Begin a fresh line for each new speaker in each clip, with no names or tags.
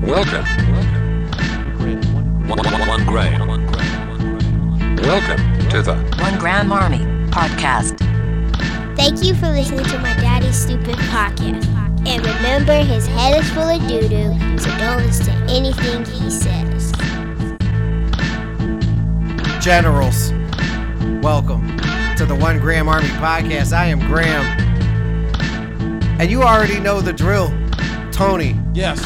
Welcome. One, one, one grain. Welcome to the
One Gram Army Podcast.
Thank you for listening to my daddy's stupid podcast. And remember, his head is full of doo doo, so don't listen to anything he says.
Generals, welcome to the One Graham Army podcast. I am Graham. And you already know the drill. Tony,
Yes.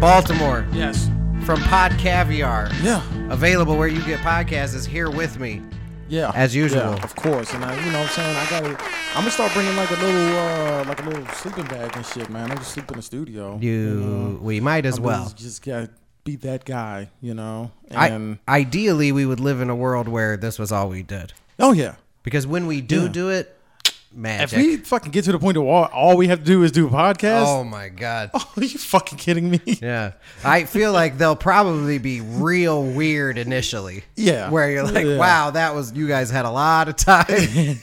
Baltimore,
Yes.
from Pod Caviar,
Yeah.
available where you get podcasts, is here with me.
Yeah.
As usual.
Yeah, of course. And I, you know what I'm saying? I gotta I'm gonna start bringing like a little uh like a little sleeping bag and shit, man. I'm just sleep in the studio.
You, we might as
Mm-hmm. I'm
well.
just- just gotta be that guy, you know?
I,
And
ideally, we would live in a world where this was all we did.
Oh yeah.
Because when we do
Yeah.
do it,
If
magic.
we fucking get to the point of all, all we have to do is do a podcast,
oh my God.
are you fucking kidding me?
Yeah. I feel like they'll probably be real weird initially.
Yeah.
Where you're like,
Yeah.
wow, that was, you guys had a lot of time to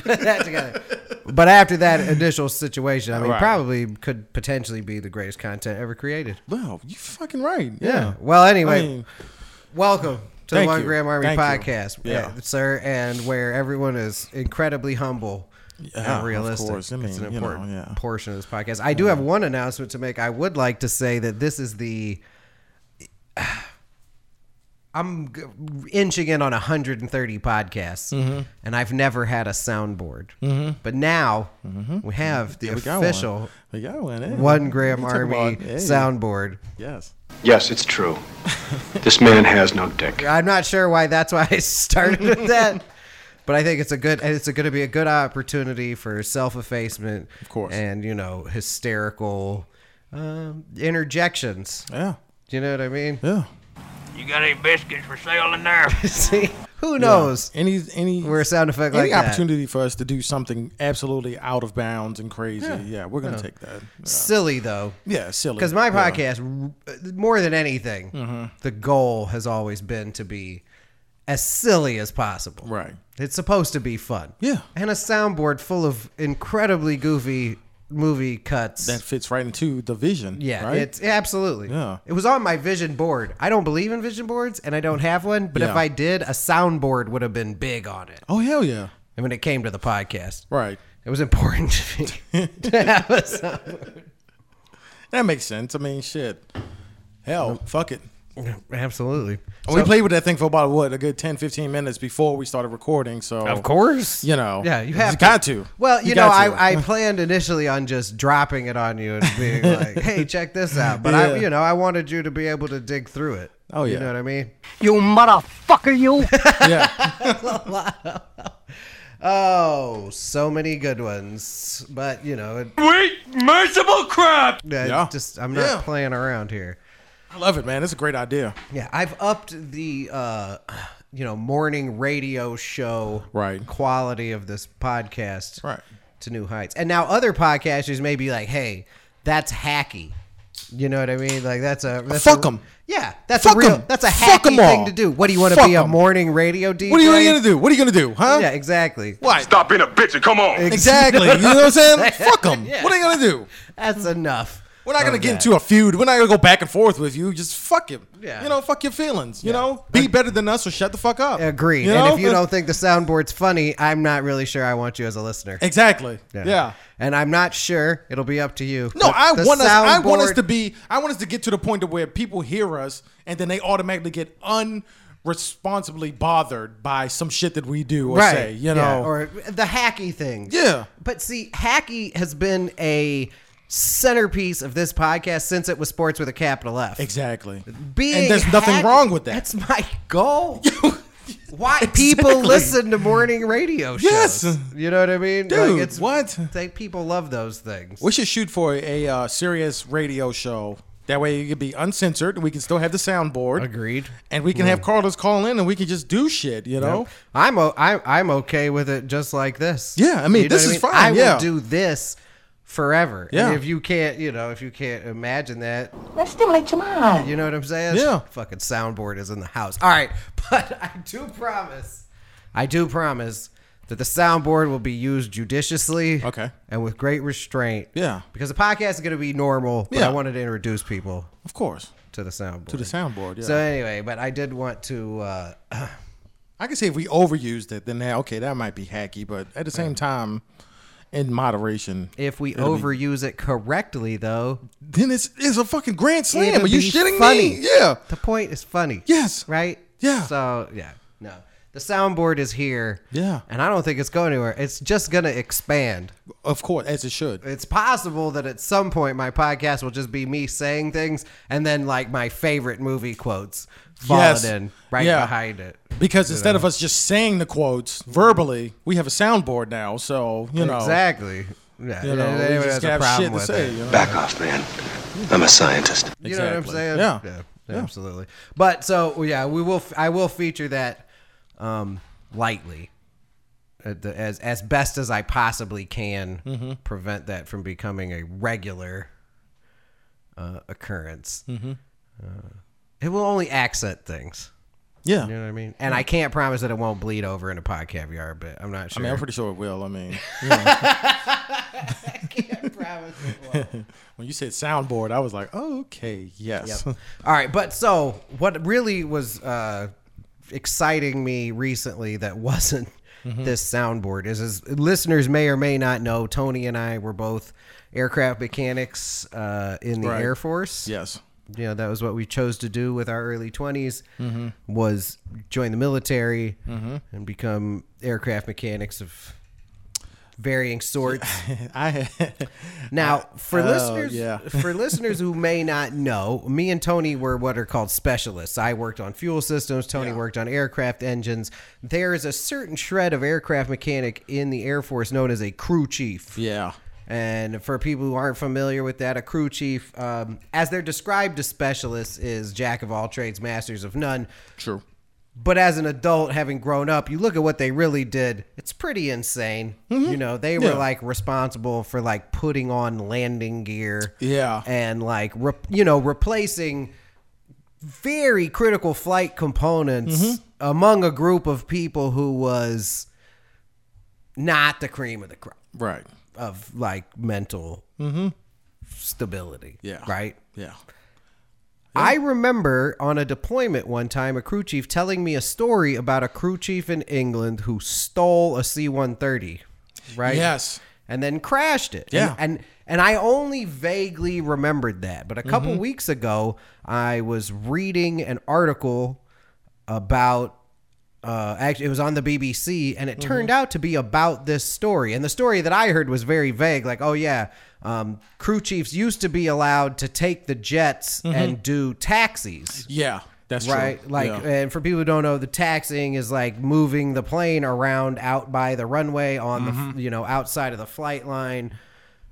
put that together. But after that initial situation, I mean,
Right.
probably could potentially be the greatest content ever created.
Wow, you fucking right. Yeah.
Well, anyway,
I mean,
welcome to the
Thank
One
you.
Gram Army
Thank you.
podcast, eh,
Yeah.
sir, and where everyone is incredibly humble.
Yeah,
and
of
realistic.
course. I
it's
mean,
an
you know,
important
yeah.
portion of this podcast. I do have one announcement to make. I would like to say that this is the. I'm g- inching in on 130 podcasts,
Mm-hmm.
and I've never had a soundboard. But now we have the
Mm-hmm. we got
official
one. We got one. hey.
one gram
You talk
army
about- hey.
soundboard.
Yes.
Yes, it's true. this man has no dick.
I'm not sure why that's why I started with that. But I think it's a good and it's going to be a good opportunity for self effacement, of
course.
and you know hysterical um, interjections.
Yeah.
Do you know what I mean?
Yeah.
You got any biscuits for sale in there?
See, who knows?
Any any
We're a sound effect
any
like that.
opportunity for us to do something absolutely out of bounds and crazy. Yeah, we're gonna take that. Yeah,
Silly though,
yeah silly.
because my
Yeah. Mm-hmm.
podcast, r- more than anything, the goal has always been to be as silly as possible.
Right.
It's supposed to be fun.
Yeah.
And a soundboard full of incredibly goofy movie cuts.
that fits right into the vision.
yeah,
right?
it's yeah, absolutely.
Yeah.
It was on my vision board. I don't believe in vision boards and I don't have one, but if
Yeah.
I did, a soundboard would have been big on it.
oh hell yeah,
And when it came to the podcast,
right.
it was important to me to have a soundboard.
That makes sense. I mean, shit. Hell, fuck it.
Absolutely.
Oh, we played with that thing for about what a good 10, 15 minutes before we started recording. So
Of course.
you know,
Yeah, you have to.
got to.
Well, you, know,
got to.
I, I planned initially on just dropping it on you and being like, "Hey, check this out," but I,
Yeah.
you know, I wanted you to be able to dig through it.
Oh,
you
yeah.
know what I mean.
You motherfucker, you!
yeah,
Oh, so many good ones, but you know, it,
Sweet, merciful crap!
I
Yeah.
just I'm not
Yeah.
playing around here.
I love it, man. It's a great idea.
Yeah, I've upped the uh, you know morning radio show
Right.
quality of this podcast
Right.
to new heights. And now other podcasters may be like, "Hey, that's hacky." You know what I mean? Like that's a that's
Fuck
a-
'em.
Yeah, that's a
Fuck
real
'em.
that's a
Fuck
hacky
'em all.
thing to do. What do you want to
Fuck
be a
'em.
morning radio DJ?
What are you gonna do? What are you gonna do? Huh?
Yeah, exactly.
What?
Stop being a bitch and come on.
Exactly. You know what I'm saying? Fuck them.
Yeah.
What are you gonna do?
That's enough.
We're not
of
gonna get
that.
into a feud. We're not gonna go back and forth with you. Just fuck him.
Yeah.
You know, fuck your feelings. You know, be better than us or shut the fuck up.
Agreed.
You
And
know?
if you don't think the soundboard's funny, I'm not really sure I want you as a listener.
exactly. Yeah.
And I'm not sure. It'll be up to you.
No,
But
I
the
want us. I want us
soundboard-
to be. I want us to get to the point of where people hear us and then they automatically get unresponsibly bothered by some shit that we do or say. You know.
yeah, or the hacky thing.
Yeah.
But see, hacky has been a centerpiece of this podcast since it was sports with a capital F.
exactly.
Being
and there's nothing
hacky-
wrong with that.
That's my goal. Why people listen to morning radio shows?
Yes.
you know what I mean,
Dude,
Like, it's
what?
they, people love those things.
We should shoot for a uh, serious radio show. That way it could be uncensored. and We can still have the soundboard.
Agreed.
And we can have callers call in and we can just do shit, you know?
I'm o- I, I'm okay with it just like this.
Yeah, I mean,
know
this
what
is fine,
I
yeah.
will do this forever. And
Yeah.
if you can't, you know, if you can't imagine that,
Let's stimulate your mind.
you know what I'm saying?
Yeah.
Fucking soundboard is in the house. All right, but I do promise, I do promise that the soundboard will be used judiciously
Okay.
and with great restraint.
Yeah.
Because the podcast is going to be normal, but
Yeah.
I wanted to introduce people
Of course.
to the soundboard.
To the soundboard, yeah.
So anyway, but I did want to uh,
I can see if we overused it, then that, okay, that might be hacky, but at the same time, in moderation,
if we
It'll be-
overuse it correctly though.
then it's it's a fucking grand slam.
it'll
Are you
be
shitting
funny.
me? Yeah.
The point is funny.
Yes.
Right?
Yeah.
So yeah. No. The soundboard is here.
Yeah.
And I don't think it's going anywhere. It's just gonna expand.
Of course, as it should.
It's possible that at some point my podcast will just be me saying things and then like my favorite movie quotes falling
Yes.
in right
Yeah.
behind it.
Because instead of us just saying the quotes verbally, we have a soundboard now. So, you know.
Exactly. Yeah.
You know,
Anyone
we
has
just
a
have
problem
shit to
with
say.
it.
You know?
Back off, man. I'm a scientist.
You know what I'm
Exactly.
saying?
Yeah. Yeah.
Absolutely. But so yeah, we will. I will feature that um, lightly, at the, as as best as I possibly can,
Mm-hmm.
prevent that from becoming a regular uh, occurrence.
Mm-hmm.
Uh, it will only accent things.
Yeah.
You know what I mean? And I can't promise that it won't bleed over into pod caviar, but I'm not
I
sure.
mean, I'm pretty sure it will. I mean,
promise.
when you said soundboard, I was like, oh, okay, yes.
Yep. All right, but so what really was uh, exciting me recently that wasn't this soundboard is, is listeners may or may not know Tony and I were both aircraft mechanics uh, in the
Right.
Air Force.
Yes.
you know that was what we chose to do with our early 20s was join the military and become aircraft mechanics of varying sorts.
I had,
Now, for
oh,
listeners,
yeah.
for listeners who may not know, me and Tony were what are called specialists. I worked on fuel systems. Tony worked on aircraft engines. There is a certain shred of aircraft mechanic in the Air Force known as a crew chief.
yeah.
And for people who aren't familiar with that, a crew chief, um, as they're described to specialists, is jack of all trades, masters of none.
True.
But as an adult, having grown up, you look at what they really did. It's pretty insane. You know, they were
Mm-hmm. Yeah.
like responsible for like putting on landing gear.
Yeah.
And like, re- you know, replacing very critical flight components
Mm-hmm.
among a group of people who was not the cream of the crop
Right.
of like mental stability.
Mm-hmm. Yeah.
Right.
Yeah.
I remember on a deployment one time, a crew chief telling me a story about a crew chief in England who stole a C 130, right?
Yes.
And then crashed it.
Yeah.
And, and, and I only vaguely remembered that. But a couple weeks ago, I was reading an article about. Uh, actually, it was on the BBC, and it turned out to be about this story. And the story that I heard was very vague, like, "Oh yeah, um, crew chiefs used to be allowed to take the jets and do taxis."
Yeah. That's
right?
true.
Like, uh,
yeah.
and for people who don't know, the taxiing is like moving the plane around out by the runway on the
Mm-hmm.
f- you know outside of the flight line.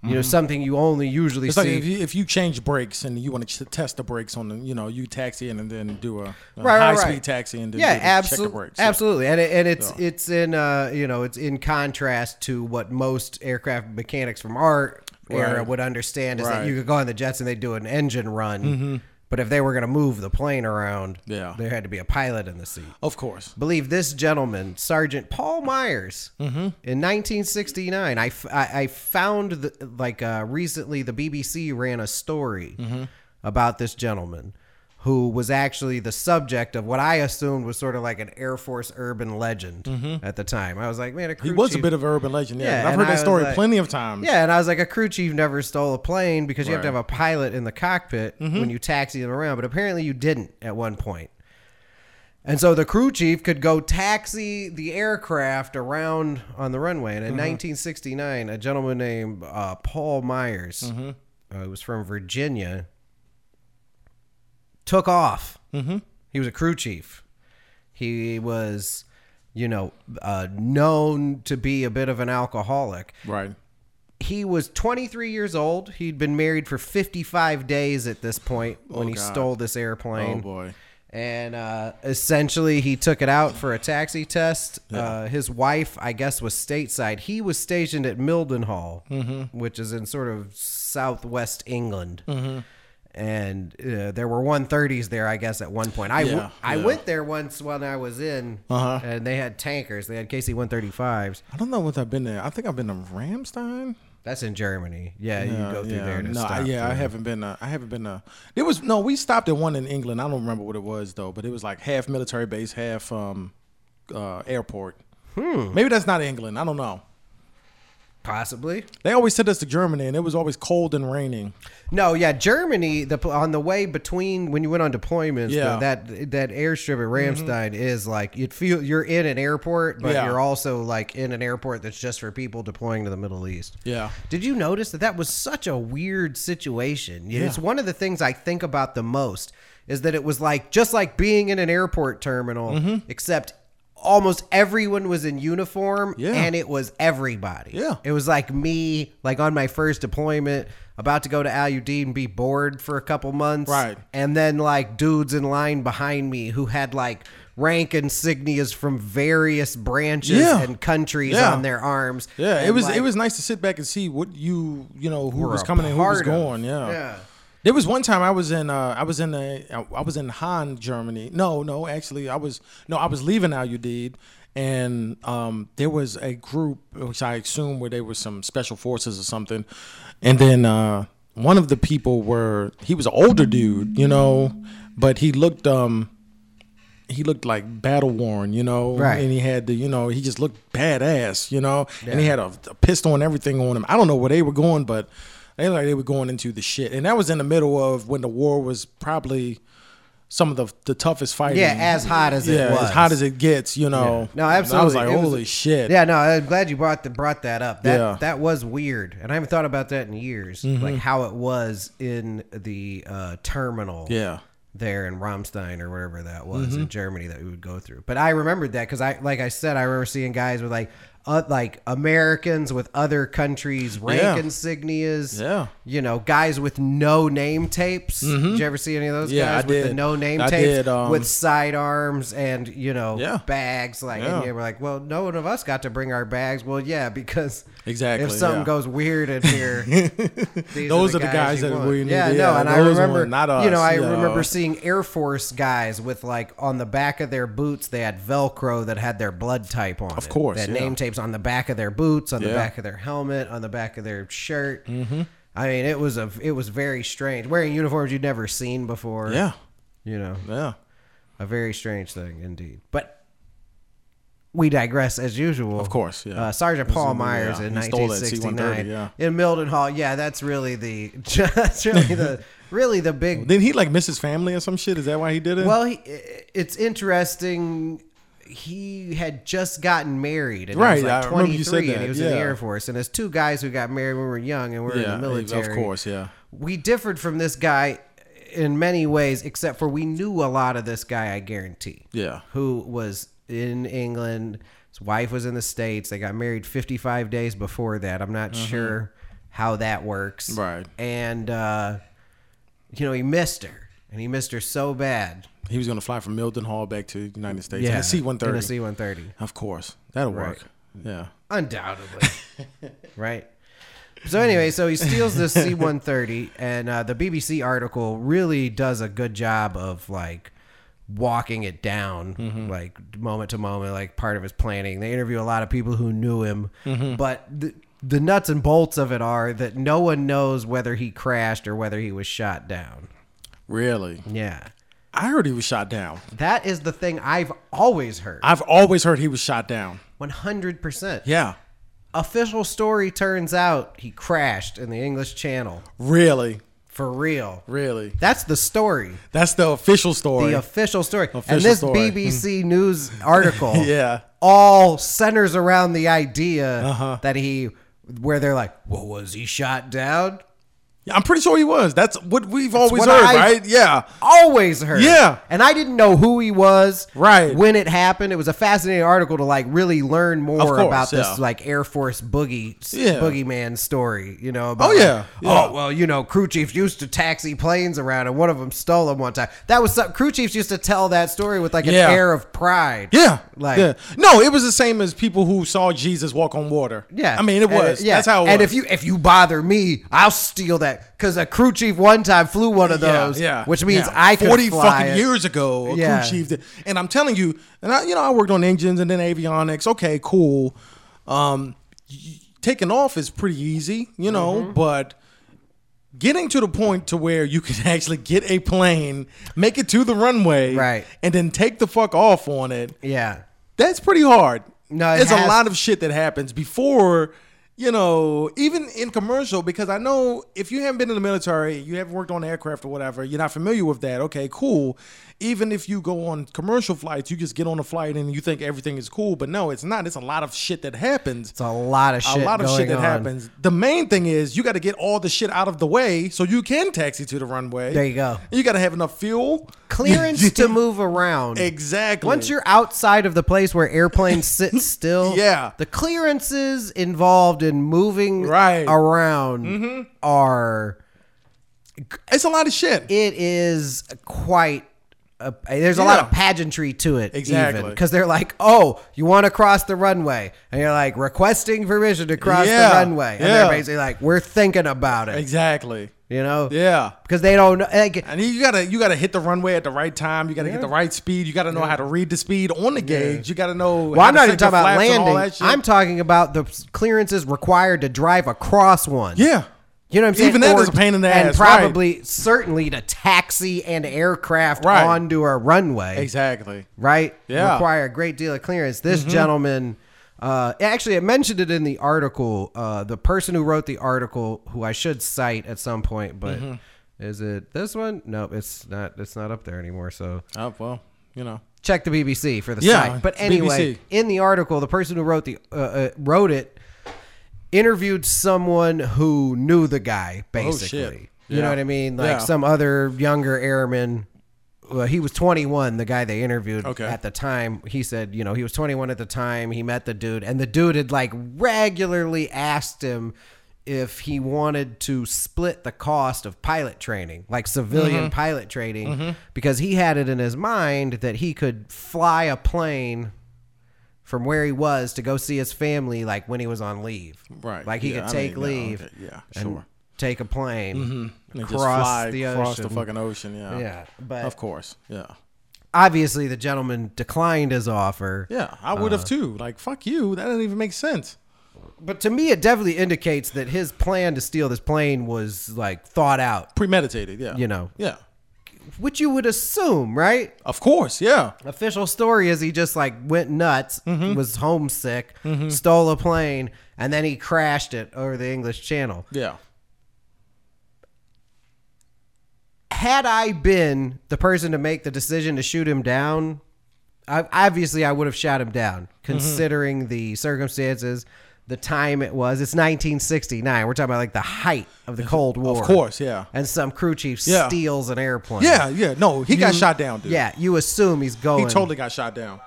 You know, something you only usually
it's like
see.
if you, if you change brakes and you want to ch- test the brakes on the, you know, you taxi in and then do a, a
Right,
high
right,
speed
right.
taxi and then
yeah,
do the- check the
absolutely,
brakes.
absolutely, and it, and it's it's in uh you know it's in contrast to what most aircraft mechanics from our era
Right.
would understand is that
Right. Mm-hmm.
you could go on the jets and they do an engine run, but if they were going to move the plane around,
Yeah.
there had to be a pilot in the seat.
Of course.
believe this gentleman, Sergeant Paul Myers,
Mm-hmm.
in 1969. I, f- I- I found the, like uh, recently the BBC ran a story
Mm-hmm.
about this gentleman who was actually the subject of what I assumed was sort of like an Air Force urban legend at the time. I was like, man, a crew
Mm-hmm. He was
chief-
a bit of an urban legend. Yeah. I've
and
heard
I
that
was
story
like-
plenty of times.
Yeah, and I was like, a crew chief never stole a plane because you have to
Um, Right.
have a pilot in the cockpit when you taxi them around, but apparently you didn't at one point. And so the crew chief could go taxi the aircraft around on the runway. And in 1969, a gentleman named uh, Paul Myers, uh, who was from Virginia, took off. Mm-hmm. He was a crew chief. He was, you know, uh, known to be a bit of an alcoholic
Right.
he was 23 years old. He'd been married for 55 days at this point when he
Oh, God.
stole this airplane.
Oh, boy.
And uh, essentially, he took it out for a taxi test. Uh, his wife, I guess, was stateside. He was
Mm-hmm. Mm-hmm.
stationed at Mildenhall, which is in sort of southwest England. and uh, there were 130s there, I guess, at one point. I, w-
Yeah,
I
yeah.
went there once when I was in,
Uh-huh.
and they had tankers. They had KC 135s.
I don't know what I've been there. I think I've been to Ramstein.
That's in Germany. Yeah, you go through
yeah,
there to
no, I-
stop.
yeah, I
through.
haven't been. Uh, I haven't been. Uh, there was no. We stopped at one in England. I don't remember what it was though, but it was like half military base, half um, uh, airport.
Hmm.
Maybe that's not England. I don't know.
Possibly.
They always sent us to Germany, and it was always cold and raining.
No, yeah, Germany. The on the way between when you went on deployments,
Yeah. Mm-hmm.
the- that that airstrip at Ramstein is like you feel you're in an airport, but
Yeah.
you're also like in an airport that's just for people deploying to the Middle East.
Yeah.
Did you notice that that was such a weird situation? It's
Yeah.
one of the things I think about the most is that it was like just like being in an airport terminal,
Mm-hmm.
except almost everyone was in uniform
Yeah.
and it was everybody.
Yeah.
It was like me, like on my first deployment, about to go to LUD and be bored for a couple months.
Right.
And then like dudes in line behind me who had like rank insignias from various branches
Yeah.
and countries
Yeah.
on their arms.
Yeah, it
And,
was
like,
it was nice to sit back and see what you you know who
were
was
a
coming and who was
part of.
going. Yeah.
Yeah.
There was one time I was in uh, I was in a, I was in Han, Germany. No, no, actually I was no I was leaving Aludid, and um, there was a group which I assume where they were some special forces or something, and then uh, one of the people were he was an older dude, you know, but he looked um he looked like battle worn, you know,
Right.
and he had the, you know, he just looked badass, you know, and he had a, a pistol and everything on him. I don't know where they were going, but they looked like they were going into the shit, and that was in the middle of when the war was probably some of the the toughest fighting.
Yeah, as hot as it
yeah,
was.
as hot as it gets, you know.
No,
And
absolutely.
I was like,
It
holy shit.
Yeah, no, I'm glad you brought the, brought that up. That
Yeah. Mm-hmm.
that was weird, and I haven't thought about that in years. Like how it was in the uh, terminal.
yeah, Mm-hmm.
There in Ramstein or wherever that was in Germany that we would go through. But I remembered that because I, like I said, I remember seeing guys with like, uh, like Americans with other countries' rank
Yeah.
insignias.
Yeah.
You know, guys with no name tapes. Did you ever see any of those
Mm-hmm. Yeah,
guys
I
with the
did.
no name
I
tapes
did, um,
with sidearms and you know
Yeah.
bags like
Yeah.
and they were like well no one of us got to bring our bags well yeah because
Exactly,
if something
yeah.
goes weird in here these
Those are the guys
you
that
want.
we need,
yeah, no
yeah,
and I
those
remember
ones, not
you know
us,
I
you know.
remember seeing Air Force guys with like on the back of their boots they had Velcro that had their blood type on
Of course,
they had
yeah.
name tapes on the back of their boots on the
Yeah.
back of their helmet on the back of their shirt mm-hmm. I mean it was a it was very strange wearing uniforms you'd never seen before
yeah,
you know
yeah.
a very strange thing indeed. But we digress as usual. Of
course, yeah.
Uh, Sergeant Paul Myers
yeah,
in
he stole that
1969
C-130, yeah.
in Milden Hall. Yeah, that's really the that's really the really the big.
Then he like miss his family or some shit. Is that why he did it?
Well, he, it's interesting. He had just gotten married, and he
Right,
was like
I
23,
remember you said
and
that,
he was in the
yeah.
Air Force. And as two guys who got married when we were young and we were
yeah,
in the military,
of course, yeah.
we differed from this guy in many ways, except for we knew a lot of this guy, I guarantee.
Yeah.
Who was in England. His wife was in the States. They got married 55 days before that. I'm not sure how that works.
Uh-huh. Right.
And, uh, you know, he missed her. And he missed her so bad.
He was gonna fly from Milton Hall back to the United States. Yeah,
Yeah.
in a C one
In
thirty.
a C-130.
Of course, that'll
Right.
work. Yeah.
Undoubtedly. right? So anyway, so he steals this C-130, and uh, the BBC article really does a good job of like walking it down, like moment to moment, like part of his planning. They interview a lot of people who knew him, but the, the nuts and bolts of it are that no one knows whether he crashed or whether he was shot down.
Really?
Yeah,
I heard he was shot down.
that is the thing I've always heard,
I've always heard he was shot down.
one hundred percent.
Yeah.
Official story turns out he crashed in the English Channel.
Really?
For real.
Really?
That's the story.
That's the official story.
The official story.
Official
and this
story. Hmm.
BBC News article
Yeah.
all centers around the idea
Uh-huh.
that he, where they're like, well, was he shot down?
Yeah, I'm pretty sure he was. That's what we've always
what
heard,
I-
right? Yeah.
Always heard.
Yeah.
And I didn't know who he was.
Right.
When it happened. It was a fascinating article to like really learn more
course,
about
yeah.
this like Air Force boogie
Yeah.
boogeyman story, you know, about
Oh, yeah,
like,
yeah.
Oh well, you know, crew chiefs used to taxi planes around and one of them stole them one time. That was some, crew chiefs used to tell that story with like an
Yeah.
air of pride.
Yeah.
Like
yeah. No, it was the same as people who saw Jesus walk on water.
yeah.
I mean, it
And,
was.
yeah.
That's how it was.
And if you if you bother me, I'll steal that because a crew chief one time flew one of those,
Yeah, yeah,
which means
yeah.
I could
forty
fly
fucking
it.
years ago. A
Yeah.
crew chief, did- and I'm telling you, and I, you know, I worked on engines and then avionics. Okay, cool. Um, y- taking off is pretty easy, you know,
Mm-hmm.
but getting to the point to where you can actually get a plane, make it to the runway,
Right.
and then take the fuck off on it.
Yeah,
That's pretty hard.
No, it
there's a
has-
lot of shit that happens before, you know, even in commercial. Because I know if you haven't been in the military, you haven't worked on aircraft or whatever, you're not familiar with that. Okay, cool. Even if you go on commercial flights, you just get on a flight and you think everything is cool, but no, it's not. It's a lot of shit that happens.
it's a lot of shit.
a lot of
going
shit that
on.
happens. The main thing is you got to get all the shit out of the way so you can taxi to the runway.
There you go.
You got to have enough fuel,
Clearance to move around.
Exactly.
Once you're outside of the place where airplanes sit still,
Yeah.
the clearances involved in moving
Right. Mm-hmm.
around are
It's a lot of shit.
it is quite a, there's a lot
Yeah.
of pageantry to it
Exactly.
because they're like oh you want to cross the runway and you're like requesting permission to cross
Yeah.
the runway and
Yeah.
they're basically like we're thinking about it
exactly.
you know
Yeah.
because they don't know like,
And you gotta you gotta hit the runway at the right time. You gotta get the right speed. You gotta know how to read the speed on the gauge. You gotta know.
well i'm not even talking about landing i'm talking about the clearances required to drive across one
yeah,
You know what I'm saying?
Even that
Or-
is a pain in the
and
ass, right.
probably certainly to taxi and aircraft
Right.
onto a runway.
exactly.
right?
Yeah. Mm-hmm.
Require a great deal of clearance. This gentleman, uh, actually, it mentioned it in the article. Uh, the person who wrote the article, who I should cite at some point, but
Mm-hmm.
is it this one? No, it's not. It's not up there anymore. So
Oh well, you know.
check the BBC for the
Yeah,
site. But
it's
anyway,
BBC.
in the article, the person who wrote the uh, uh, wrote it interviewed someone who knew the guy basically. You
Oh, Yeah.
know what I mean? Like
Yeah.
some other younger airman. Well, he was 21. The guy they interviewed
Okay.
at the time, he said, you know, he was 21 at the time. He met the dude, and the dude had like regularly asked him if he wanted to split the cost of pilot training, like civilian
Mm-hmm.
pilot training, because he had it in his mind that he could fly a plane from where he was to go see his family, like when he was on leave.
Right.
Like he
Yeah,
could
I
take
mean, no,
leave.
okay, yeah,
and
sure.
Take a plane.
And just
Cross
fly
the
across the
ocean.
fucking ocean. Yeah.
Yeah, but-
of course. Yeah.
Obviously, the gentleman declined his offer.
Yeah. I would
Uh.
have too. Like fuck you. That doesn't even make sense.
But to me, it definitely indicates that his plan to steal this plane was like thought out,
Premeditated. Yeah.
You know.
Yeah.
which you would assume, right?
Of course. Yeah.
Official story is he just like went nuts, was homesick, stole a plane, and then he crashed it over the English Channel.
Yeah.
Had I been the person to make the decision to shoot him down, I, obviously I would have shot him down,
Mm-hmm.
considering the circumstances, the time it was. It's 1969. We're talking about like the height of the Cold War.
Of course. Yeah.
and some crew chief
Yeah.
steals an airplane.
Yeah. Yeah. No, he got
You-
shot down, dude.
Yeah, Oh, you assume he's going.
He totally got shot down.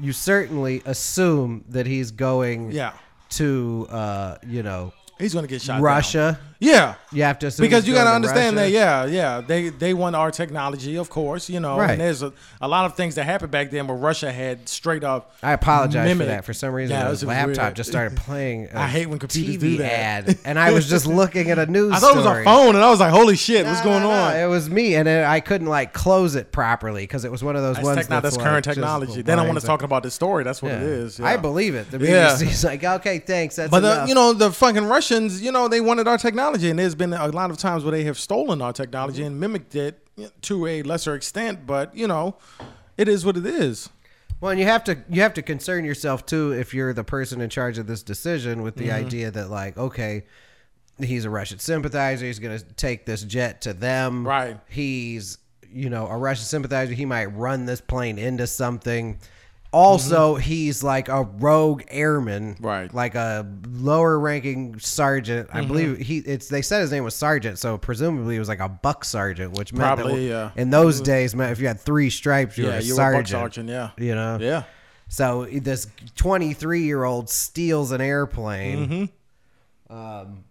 You certainly assume that he's going.
Yeah.
To uh, you know,
He's gonna get shot. down.
Russia.
Yeah.
You have to assume
because
he's
you got to
going
understand that
Russia.
yeah yeah they they want our technology of course you know
Right.
and there's a, a lot of things that happened back then where russia had straight up
I apologize
mimic-
for that. For some reason,
Yeah,
my
this is
laptop
weird.
just started playing. I
I hate when computers
TV
do that.
ad, and I was just looking at a news.
i thought it was
story.
a phone and i was like holy shit what's
No,
going
no, no,
on
It was me, and it, I couldn't like close it properly because it was one of those
that's,
ones
techno- that's
like,
current
just
technology they don't want
lines
to
up.
talk about this story that's what it
Yeah.
is
I
yeah.
believe it. The
Yeah.
BBC's like, okay, thanks. That's
But the,
enough."
you know the fucking Russians, you know they wanted our technology, and there's been a lot of times where they have stolen our technology
Mm-hmm.
and mimicked it to a lesser extent. But you know, it is what it is.
Well, and you have to you have to concern yourself too if you're the person in charge of this decision with the
Mm-hmm.
idea that like okay, he's a Russian sympathizer. He's going to take this jet to them.
Right.
He's you know a Russian sympathizer. He might run this plane into something. Also, he's like a rogue airman,
Mm-hmm. Right.
Like a lower-ranking sergeant. I
Mm-hmm.
believe he. It's they said his name was sergeant, so presumably he was like a buck sergeant, which meant that
Probably,
w-
yeah.
in those days, man, if you had three stripes, you were
yeah,
a
you're a buck
sergeant.
sergeant. Yeah,
You know,
yeah.
so this 23 year old steals an airplane. Um,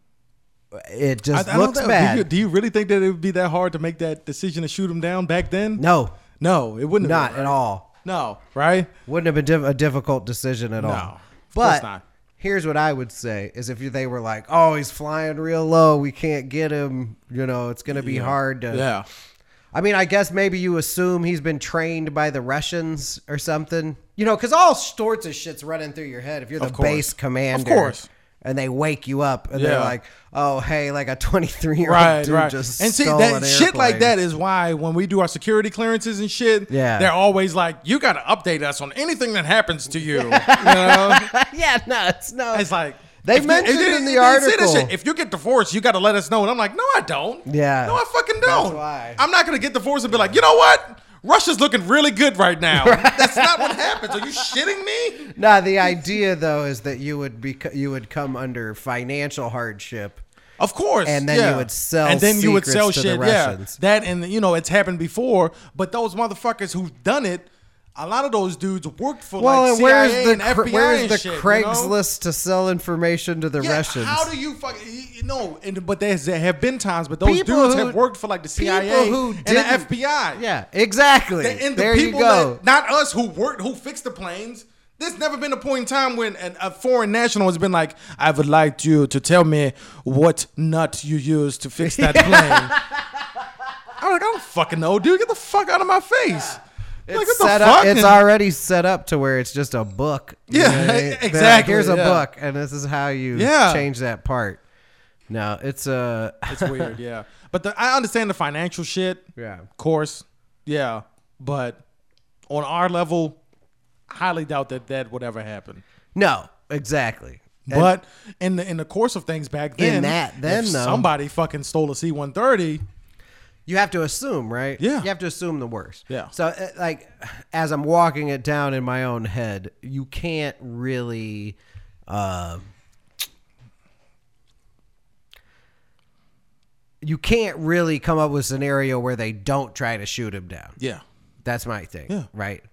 it just
Mm-hmm. I- I don't
looks
know.
bad.
Do you, do you really think that it would be that hard to make that decision to shoot him down back then?
no,
no, it wouldn't. have
not
been,
at
right?
all.
No, right?
Wouldn't have been diff- a difficult decision at
No,
all.
of course
but
not.
here's what I would say is if they were like, "Oh, he's flying real low. We can't get him. You know, it's going to be hard to
Yeah.
I mean, I guess maybe you assume he's been trained by the Russians or something. You know, because all sorts of shit's running through your head if you're the
Of course.
base commander.
Of course.
And they wake you up and they're
Yeah.
like, "Oh, hey, like a 23 year old
Right,
dude
right.
just
and see
stole
that
an
shit like
airplane."
that is why when we do our security clearances and shit,
Yeah.
they're always like, "You got to update us on anything that happens to you." you know,
yeah, no, it's no.
it's like
They
if you-
mentioned
if-
in the
they say that
article.
if you get divorced, you got to let us know. And I'm like, "No, I don't.
Yeah.
no, I fucking don't.
why.
I'm not gonna get divorced and be like, you know what? Russia's looking really good right now. That's not what happens. Are you shitting me?
no, the idea though is that you would be you would come under financial hardship.
Of course.
And then you
yeah.
would sell
And then you would sell
secrets to the
shit. Yeah.
Russians.
That and you know it's happened before, but those motherfuckers who've done it, a lot of those dudes worked for
Well,
like
and
CIA
where's the
and FBI
cra- where's
and
the
shit, you know?
Craigslist to sell information to the
Yeah,
Russians?
how do you fucking you know? And but there's, there have been times, but those
People
dudes
who-
have worked for like the CIA
people who
and the
didn't-
FBI.
Yeah, exactly.
The- and the
there you
people
go.
that- not us who worked who fixed the planes. There's never been a point in time when an, a foreign national has been like, "I would like you to tell me what nut you used to fix that plane." I'm like, I don't fucking know, dude. Get the fuck out of my face.
it's
like, what
set
the
up.
fuck?
It's
And-
already set up to where it's just a book. You
Yeah,
know what I mean? They're like,
exactly,
Here's a
yeah.
book, and this is how you
Yeah.
change that part. No, it's uh, a.
It's weird, yeah. But the, I understand the financial shit.
Yeah.
Of course. Yeah. But on our level, highly doubt that that would ever happen.
no, exactly. And-
But in the in the course of things back then,
that then,
if
though-
somebody fucking stole a C one thirty.
You have to assume, right?
Yeah.
You have to assume the worst.
Yeah.
So, uh, like, as I'm walking it down in my own head, you can't really. um you can't really come up with a scenario where they don't try to shoot him down.
Yeah.
That's my thing.
Yeah.
Right.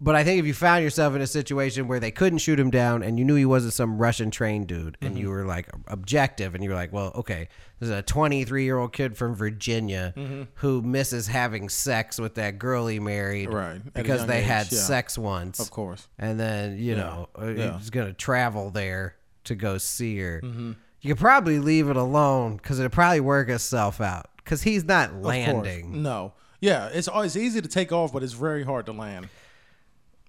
But I think if you found yourself in a situation where they couldn't shoot him down and you knew he wasn't some Russian trained dude
Mm-hmm.
and you were like objective and you were like, well, okay, this is a 23 year old kid from Virginia
Mm-hmm.
who misses having sex with that girl he married
Right. At a
because
young
they
age,
had
yeah.
sex once.
Of course.
And then, you know, uh,
Yeah. Mm-hmm.
he's going to travel there to go see her. You could probably leave it alone because it'll probably work itself out because he's not
Of course.
landing.
No. Yeah. It's always easy to take off, but it's very hard to land.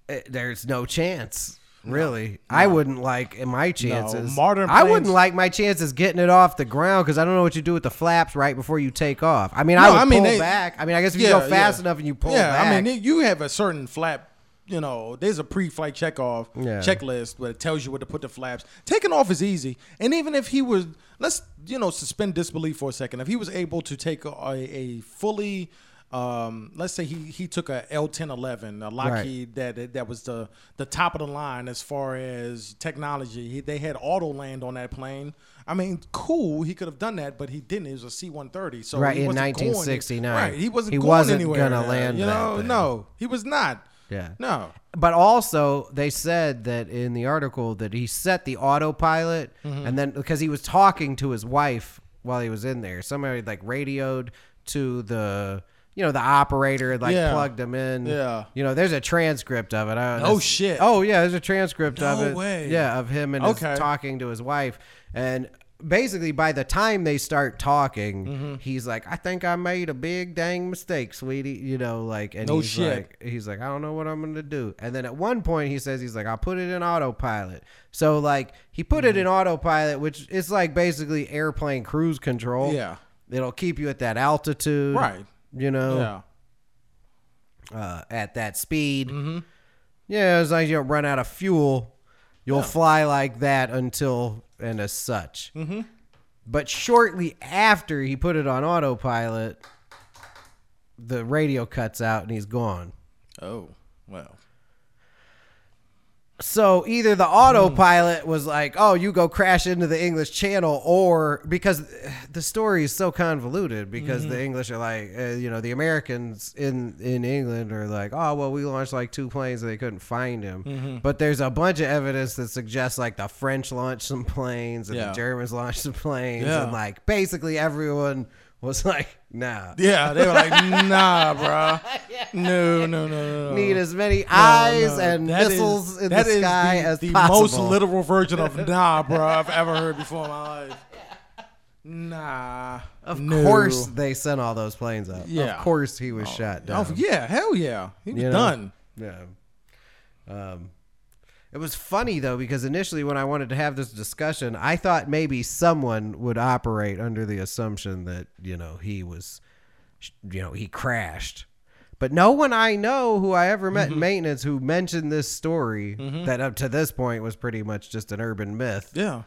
Uh, there's no chance. Really, I wouldn't like my chances.
modern
I
planes-
wouldn't like my chances getting it off the ground because I don't know what you do with the flaps right before you take off. I mean, I
No,
would
I mean,
pull
they-
back. I mean, I guess if you go fast enough and you pull
yeah,
back,
I mean, you have a certain flap. You know, there's a pre-flight checkoff
Yeah.
checklist where it tells you where to put the flaps. Taking off is easy, and even if he was, let's you know, suspend disbelief for a second. If he was able to take a, a fully, um, let's say he he took a L ten eleven, a Lockheed that that was the the top of the line as far as technology. He, they had auto land on that plane. I mean, cool, he could have done that, but he didn't. It was a C one thirty, so
Right,
he
in
wasn't going-
1969.
Right, he wasn't
He
going
wasn't
anywhere.
gonna
man,
land
You
that
know,
thing.
no, he was not.
Yeah.
no.
But also, they said that in the article that he set the autopilot,
Mm-hmm.
and then because he was talking to his wife while he was in there, somebody like radioed to the you know the operator and like
Yeah.
plugged him in.
Yeah.
you know, there's a transcript of it. I don't
Oh,
know.
shit.
Oh yeah, there's a transcript of
No
it.
way.
Yeah, of him and
Okay.
his talking to his wife and. Basically, by the time they start talking,
Mm-hmm.
he's like, "I think I made a big dang mistake, sweetie." You know, like, and
No
he's
shit.
like, he's like, I don't know what I'm gonna do. And then at one point he says he's like, I'll put it in autopilot. So like he put
Mm-hmm.
it in autopilot, which is like basically airplane cruise control.
Yeah.
It'll keep you at that altitude.
Right.
You know,
Yeah,
uh, at that speed.
Mm-hmm.
Yeah, as long as you don't run out of fuel, you'll fly like that until and as such. Mm-hmm. But shortly after he put it on autopilot, the radio cuts out and he's gone.
Oh well.
So either the
Hmm.
autopilot was like, "Oh, you go crash into the English Channel," or because the story is so convoluted, because the
Mm-hmm.
English are like, uh, you know, the Americans in in England are like, "Oh, well, we launched like two planes and they couldn't find him,"
Mm-hmm.
but there's a bunch of evidence that suggests like the French launched some planes and
Yeah.
the Germans launched some planes,
Yeah.
and like basically everyone was like, nah.
Yeah, they were like, nah, bruh. No, no, no, no, no.
Need as many
uh, No,
eyes
no.
and
That is-
missiles in
that
the
is
sky
the,
as
the
possible.
most literal version of nah, bruh, I've ever heard before in my life. Nah.
Of
no.
course, they sent all those planes up.
Yeah.
Of course, he was shot down.
Oh, yeah, hell yeah. He was
You know?
done.
Yeah. Um, it was funny though because initially when I wanted to have this discussion, I thought maybe someone would operate under the assumption that you know he was, you know, he crashed. But no one I know who I ever
Mm-hmm.
met in maintenance who mentioned this story that up to this point was pretty much just an urban myth.
Yeah.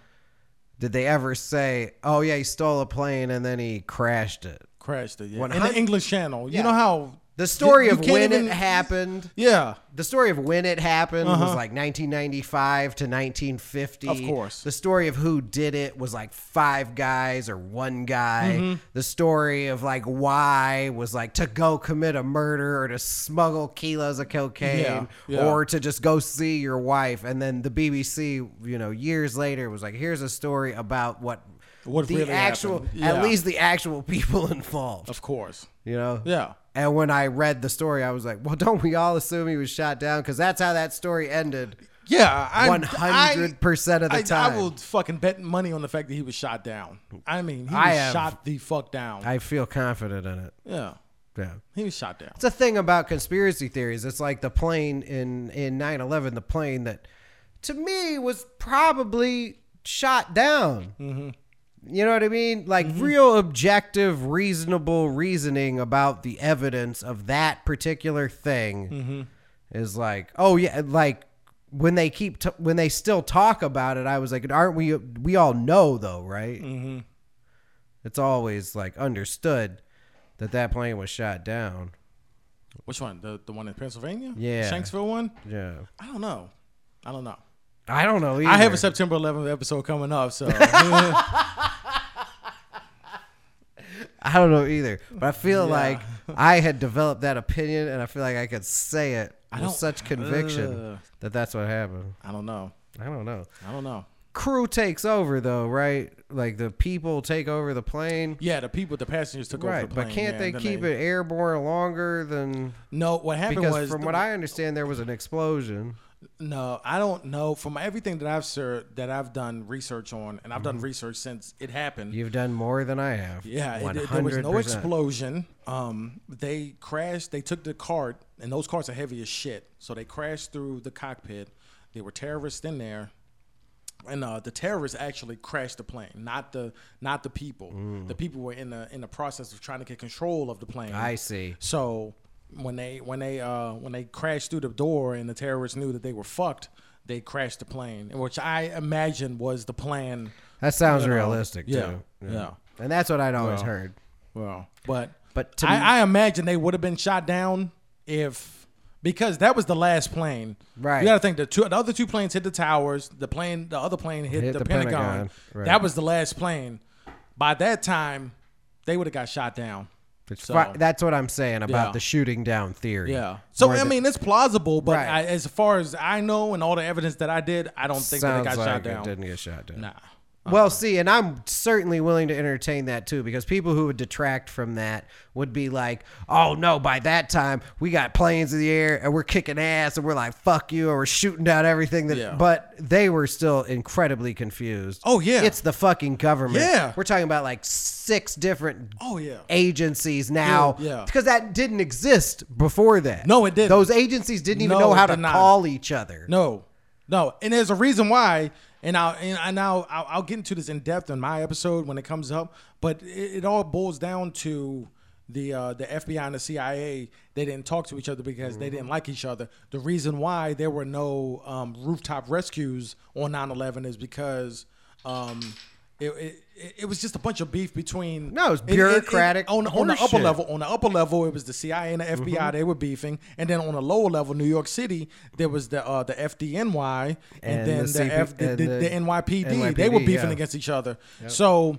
Did they ever say, "Oh yeah, he stole a plane and then he crashed it"?
Crashed it. Yeah.
One
In
hun-
the English Channel.
Yeah.
You know how.
The story
you
of
can't
when
even-
it happened.
Yeah.
the story of when it happened was like 1995 to 1950.
Uh-huh. Of course.
The story of who did it was like five guys or one guy.
Mm-hmm.
The story of like why was like to go commit a murder or to smuggle kilos of cocaine
Yeah, yeah.
or to just go see your wife. And then the BBC, you know, years later was like, here's a story about what.
What
the
really
actual,
happened.
at
Yeah.
least the actual people involved,
Of course.
you know,
Yeah.
and when I read the story, I was like, well, don't we all assume he was shot down? Because that's how that story ended.
Yeah, I-
100% of the
I-
time.
I will fucking bet money on the fact that he was shot down. I mean, he
I
was
have-
shot the fuck down.
I feel confident in it.
yeah,
Yeah.
he was shot down.
It's a thing about conspiracy theories. It's like the plane in, in 9 11, the plane that to me was probably shot down. You know what I mean? Like real objective, reasonable reasoning about the evidence of that particular thing is like, oh yeah, like when they keep t- when they still talk about it, I was like, aren't we? We all know though, right? Mm-hmm. It's always like understood that that plane was shot down.
Which one? The the one in Pennsylvania?
Yeah.
The Shanksville one?
Yeah,
I don't know. I don't know.
I don't know. Either.
I have a September 11th episode coming up, so yeah,
I don't know either, but I feel like I had developed that opinion, and I feel like I could say it with
don't-
such conviction
Ugh.
that that's what happened.
I don't know.
I don't know.
I don't know.
Crew takes over though, right? Like the people take over the plane.
Yeah, the people, the passengers took over
Right,
the plane.
but can't
yeah,
they
and then
keep it airborne longer than?
No, what happened
Because
was
from
the-
what I understand, there was an explosion.
No, I don't know. From everything that I've sir, that I've done research on, and I've
Mm-hmm.
done research since it happened.
You've done more than I have.
Yeah, it- it- there was no
100%.
explosion. Um, they crashed. They took the cart, and those carts are heavy as shit. So they crashed through the cockpit. There were terrorists in there, and uh, the terrorists actually crashed the plane, not the not the people.
Mm.
The people were in the in the process of trying to get control of the plane.
I see.
So when they when they uh when they crashed through the door and the terrorists knew that they were fucked, they crashed the plane, which I imagine was the plan.
That sounds
you know.
realistic
Yeah,
too.
yeah.
and that's what I'd always
Well.
heard.
Well, but
But to me-
I, I imagine they would have been shot down if because that was the last plane.
Right.
You got to think the two the other two planes hit the towers. The plane, the other plane hit,
Hit
the,
the
Pentagon.
Pentagon, right.
That was the last plane. By that time, they would have got shot down.
It's
So-
fi- that's what I'm saying about
Yeah.
the shooting down theory.
Yeah. So
Where
I
the-
mean, it's plausible, but
Right.
I, as far as I know and all the evidence that I did, I don't think that
sounds
it got
like
shot
it
down.
didn't get shot down.
Nah.
Well, see, and I'm certainly willing to entertain that too, because people who would detract from that would be like, "Oh no, by that time we got planes in the air and we're kicking ass and we're like, fuck you," or we're shooting down everything." That,
Yeah.
but they were still incredibly confused.
Oh, yeah.
it's the fucking government.
Yeah.
we're talking about like six different.
Oh, yeah.
agencies now.
Yeah, yeah.
because that didn't exist before that.
No, it didn't.
Those agencies didn't even
No,
know how
it
to
did not.
call each other.
No, no, and there's a reason why. And I'll and I now I'll, I'll get into this in depth in my episode when it comes up. But it, it all boils down to the uh, the FBI and the CIA. They didn't talk to each other because they
Mm-hmm.
didn't like each other. The reason why there were no um, rooftop rescues on 9/11 is because. Um, it, it- it, it was just a bunch of beef between
No, it was
it- it- it-
bureaucratic
on, on the upper
horseshit.
level on the upper level, it was the CIA and the FBI.
Mm-hmm.
They were beefing, and then on the lower level, New York City, there was the uh, the FDNY and,
And
then
the
the,
CP
F, the,
and
the,
the
the NYPD. They were
NYPD,
beefing
yeah.
against each other. So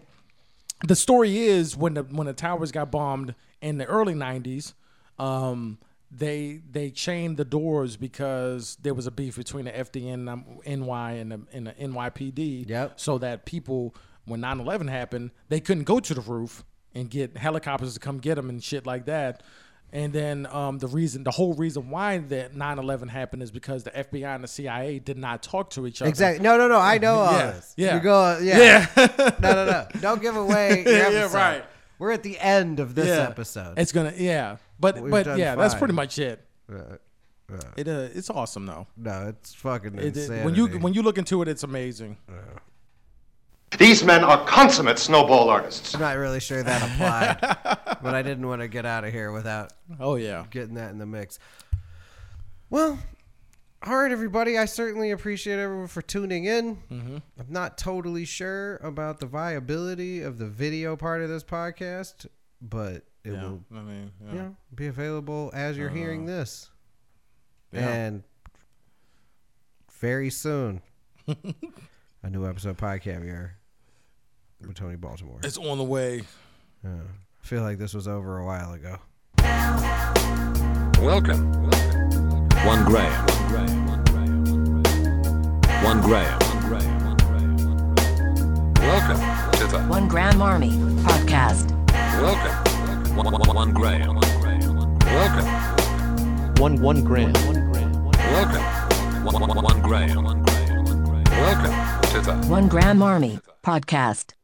the story is when the when the towers got bombed in the early '90s, um, they they chained the doors because there was a beef between the FDN um, NY and the, and the NYPD.
Yep.
So that people, when 9/11 happened, they couldn't go to the roof and get helicopters to come get them and shit like that. And then um, the reason, the whole reason why that 9/11 happened is because the FBI and the CIA did not talk to each other.
Exactly. No, no, no. I know all
Yeah,
this.
yeah.
You're going, yeah. no, no, no. Don't give away your
Yeah, yeah,
episode.
right.
We're at the end of this episode.
It's gonna, yeah, but
We've
but
done
yeah, that's
fine.
pretty much it. It uh, it's awesome though.
no, it's fucking
It-
insane.
it- when you when you look into it, it's amazing.
These men are consummate snowball artists.
I'm not really sure that applied, but I didn't want to get out of here without
Oh yeah,
getting that in the mix. Well, all right, everybody. I certainly appreciate everyone for tuning in.
Mm-hmm.
I'm not totally sure about the viability of the video part of this podcast, but it will
I mean, yeah. Uh-huh.
you know, be available as you're hearing this. And very soon, a new episode of Pie Caviar with Tony Baltimore.
it's on the way.
I feel like this was over a while ago.
Welcome. One gram. One gram. Welcome to the.
One Gram Army Podcast.
Welcome. One, one, one gram. Welcome.
One one gram.
Welcome. One, one, one gram. Welcome to the.
One Gram Army Podcast.